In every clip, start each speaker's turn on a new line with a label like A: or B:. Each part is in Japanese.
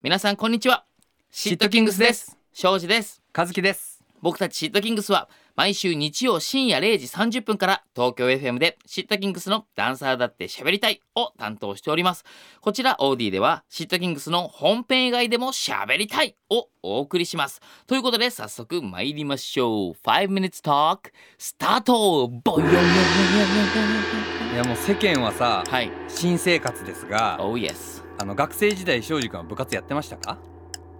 A: 皆さんこんにちはシットキングスです庄司です
B: 和樹です
A: 僕たちシットキングスは毎週日曜深夜0時30分から東京 FM でシットキングスのダンサーだって喋りたいを担当しておりますこちら OD ではシットキングスの本編以外でも喋りたいをお送りしますということで早速参りましょう5 minutes talk スタートボヨヨヨヨヨヨ
B: いやもう世間はさ
A: はい
B: 新生活ですが
A: Oh yes
B: あの学生時代庄司君は部活やってましたか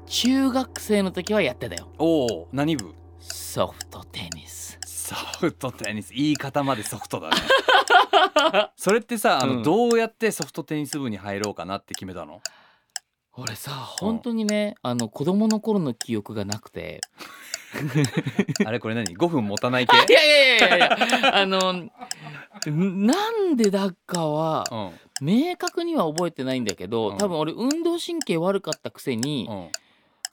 A: 中学生の時はやってたよ
B: おお何部
A: ソフトテニス
B: ソフトテニス言い方までソフト だねそれってさあの、
A: うん
B: どうやってソフトテニス部に入ろうかなって決めた の
A: 俺さ本当にねあの子供の頃の記憶がなくて
B: あれこれ何5分持たない
A: い
B: 系
A: やいやいやいやいや あのんなんでだかは
B: うんうん
A: 明確には覚えてないんだけ
B: う
A: ど
B: ん
A: 多分俺運動神経悪かったくせに
B: うん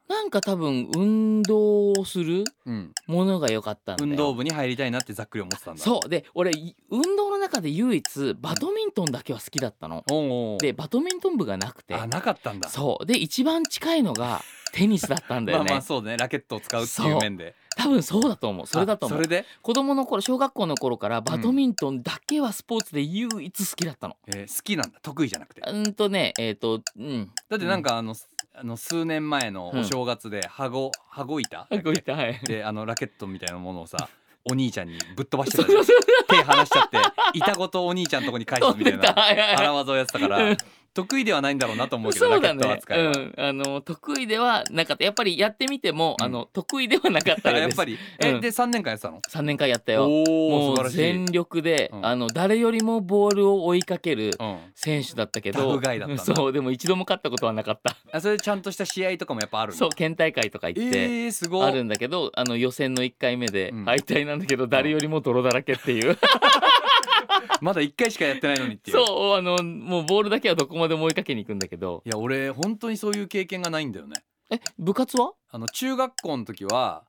A: なんか多分運動をする
B: うん
A: ものが良かったんだよ
B: 運動部に入りたいなってざっくり思ってたんだ
A: そうで俺い運動の中で唯一バドミントンだけは好きだったの。
B: おうおう
A: でバドミントン部がなくて
B: あなかったんだ
A: そうで一番近いのがテニスだったんだよね、
B: まあまあそうねラケットを使うっていう面で
A: 多分そうだと思うそれだと
B: あ
A: 思
B: そうれで、
A: 子供の頃小学校の頃からバドミントンだけはスポーツで唯一好きだったの。
B: えー好きなんだ得意じゃなくて
A: うんとねえっ、とうん。
B: だってなんかあの,、あの数年前のお正月で羽子羽子板
A: うん。あごめんはい。
B: であのラケットみたいなもの をさお兄ちゃんにぶっ飛ばしてたじゃん手離しちゃって板ごとお兄ちゃんのとこに返す
A: 飛ん
B: みた
A: で
B: い
A: た。
B: な
A: はいはい
B: 腹技をやってたか
A: う
B: ら
A: ん
B: 得意ではないんだろうなと思うけど
A: そうだ
B: ラケット
A: ね。
B: 扱
A: う
B: いは、
A: ん。あの得意ではなかった。やっぱりやってみても、
B: うん
A: あの得意ではなかっ
B: だ
A: た
B: から
A: よ
B: や
A: う
B: っ
A: です。
B: ぱり、え
A: うん
B: で3年間やってたの
A: 三年間やったよ。
B: お
A: も
B: お素晴ら
A: う
B: しい、う
A: 全力で、
B: うん
A: あの誰よりもボールを追いかける
B: ん、
A: 選手だったけ
B: タ
A: ど
B: フガイだったんだ
A: そうでも一度も勝ったことはなかった
B: あそれちゃんとした試合とかもやっぱあるの
A: そう県大会とか行って、
B: えー、すごい
A: あるんだけどあの予選の1回目で
B: うん
A: 敗退なんだけど、誰よりも泥だらけっていう
B: まだ1回しかやってないのにっていう
A: そうあのもうボールだけはどこまでも追いかけに行くんだけど
B: いや俺本当にそういう経験がないんだよね
A: え部活は
B: あの中学校の時は、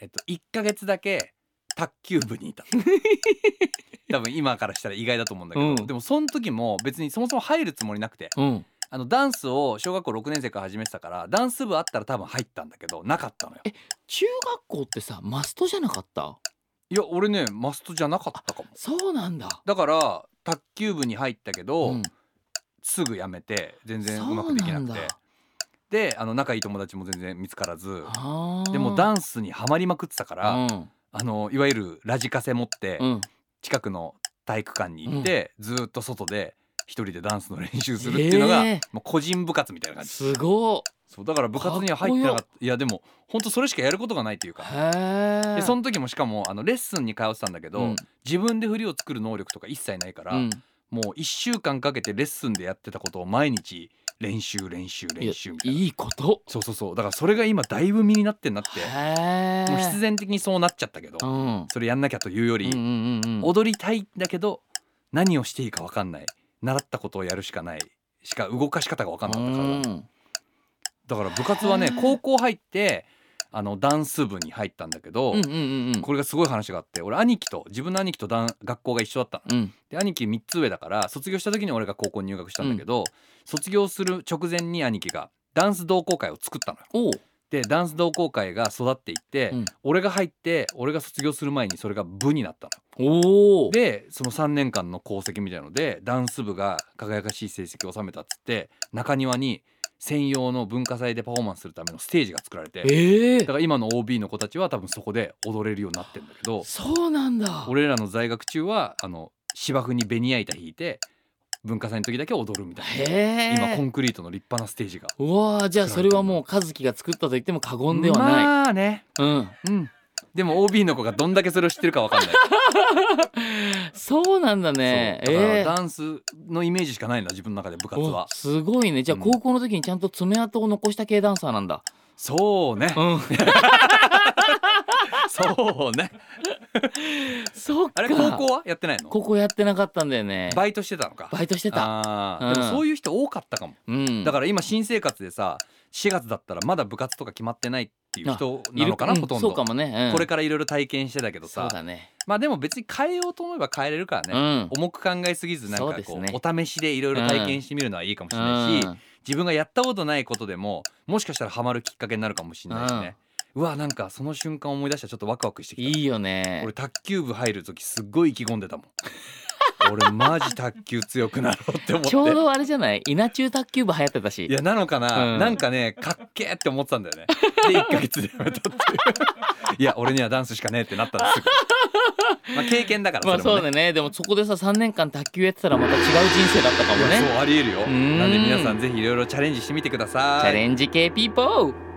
B: えっと、1ヶ月だけ卓球部に いた多分今からしたら意外だと思うんだけど、
A: うん
B: でもその時も別にそもそも入るつもりなくて
A: うん
B: あのダンスを小学校6年生から始めてたからダンス部あったら多分入ったんだけどなかったのよ
A: 中学校ってさマストじゃなかった
B: いや俺ねマストじゃなかったかも
A: そうなんだ
B: だから卓球部に入ったけど、
A: うん
B: すぐ辞めて全然
A: そう
B: うまくできなくて
A: んだ
B: であの仲いい友達も全然見つからず
A: あー
B: でもダンスにはまりまくってたから、
A: うん
B: あのいわゆるラジカセ持って、
A: うん
B: 近くの体育館に行って、ずーっと外で一人でダンスの練習するっていうのが、
A: え
B: もう個人部活みたいな感じ
A: すごっ
B: そうだから部活には入ってなかったいやでも本当それしかやることがないというか
A: へえ
B: でその時もしかもあのレッスンに通ってたんだけど、
A: うん
B: 自分で振りを作る能力とか一切ないから、
A: うん
B: もう1週間かけてレッスンでやってたことを毎日練習練習
A: いや
B: 練習みたいない
A: いこと
B: そうそうそうだからそれが今だいぶ身になってんなって
A: へえ
B: もう必然的にそうなっちゃったけど、
A: うん
B: それやんなきゃというより、
A: うんうんうんうん
B: 踊りたいんだけど何をしていいか分かんない習ったことをやるしかないしか動かし方が分かんなかったから
A: うん
B: だから部活はね
A: へー
B: 高校入ってあのダンス部に入ったんだけど、
A: うんうんうん
B: これがすごい話があって俺兄貴と自分の兄貴とダン学校が一緒だったの
A: うん
B: で兄貴3つ上だから卒業した時に俺が高校に入学したんだけど、卒業する直前に兄貴がダンス同好会を作ったのよ。
A: おう
B: でダンス同好会が育っていって、
A: うん
B: 俺が入って俺が卒業する前にそれが部になったの。
A: おお
B: でその3年間の功績みたいのでダンス部が輝かしい成績を収めたっつって中庭に専用の文化祭でパフォーマンスするためのステージが作られて
A: ええ
B: だから今の OB の子たちは多分そこで踊れるようになってるんだけど
A: そうなんだ
B: 俺らの在学中はあの芝生にベニヤ板引いて文化祭の時だけ踊るみたい
A: へ
B: な
A: え
B: 今コンクリートの立派なステージが。
A: うわあじゃあそれはもう和樹が作ったと言っても過言ではない、
B: まあね
A: うん
B: うんでも OB の子がどんだけそれを知ってるかわかんない
A: そうなんだね
B: そうだから
A: えー
B: ダンスのイメージしかないな自分の中で部活は
A: おすごいねじゃあ
B: うん
A: 高校の時にちゃんと爪痕を残した系ダンサーなんだ
B: そうね
A: うん
B: そうね。
A: そっか
B: あれ高校はやってないの？
A: 高校やってなかったんだよね
B: バイトしてたのか。
A: バイトしてた
B: あ
A: うん
B: あ、でもそういう人多かったかも。
A: うん
B: だから今新生活でさ、4月だったらまだ部活とか決まってないっていう人なのかな
A: うん
B: ほとんど、
A: そうかもね、うん
B: これからいろいろ体験してたけど
A: そう
B: さ、
A: だね
B: まあでも別に変えようと思えば変えれるから
A: う
B: ね、
A: ん
B: 重く考えすぎずなん
A: そう
B: か
A: です
B: こう
A: ね
B: お試しでいろいろ体験してみるのはいいかもしれないし、
A: うん
B: 自分がやったことないことでももしかしたらハマるきっかけになるかもしれないしね、うわなんかその瞬間思い出したらちょっとワクワクしてきた
A: いいよね
B: 俺卓球部入る時すっごい意気込んでたもん 俺マジ卓球強くなろうって思って
A: ちょうどあれじゃない稲中卓球部流行ってたし
B: いやなのかな、
A: うん
B: なんかねかっけーって思ってたんだよ ねで1ヶ月でやめたっていういや俺にはダンスしかねえってなったんです ぐまあ経験だから
A: ま
B: そ
A: あ
B: れ
A: そ
B: も
A: う
B: ね,
A: だねでもそこでさ3年間卓球やってたらまた違う人生だったか
B: い
A: も
B: や、
A: ね
B: そうありえるよ
A: ん
B: なんで皆さんぜひいろいろチャレンジしてみてください
A: チャレンジ系ピーポー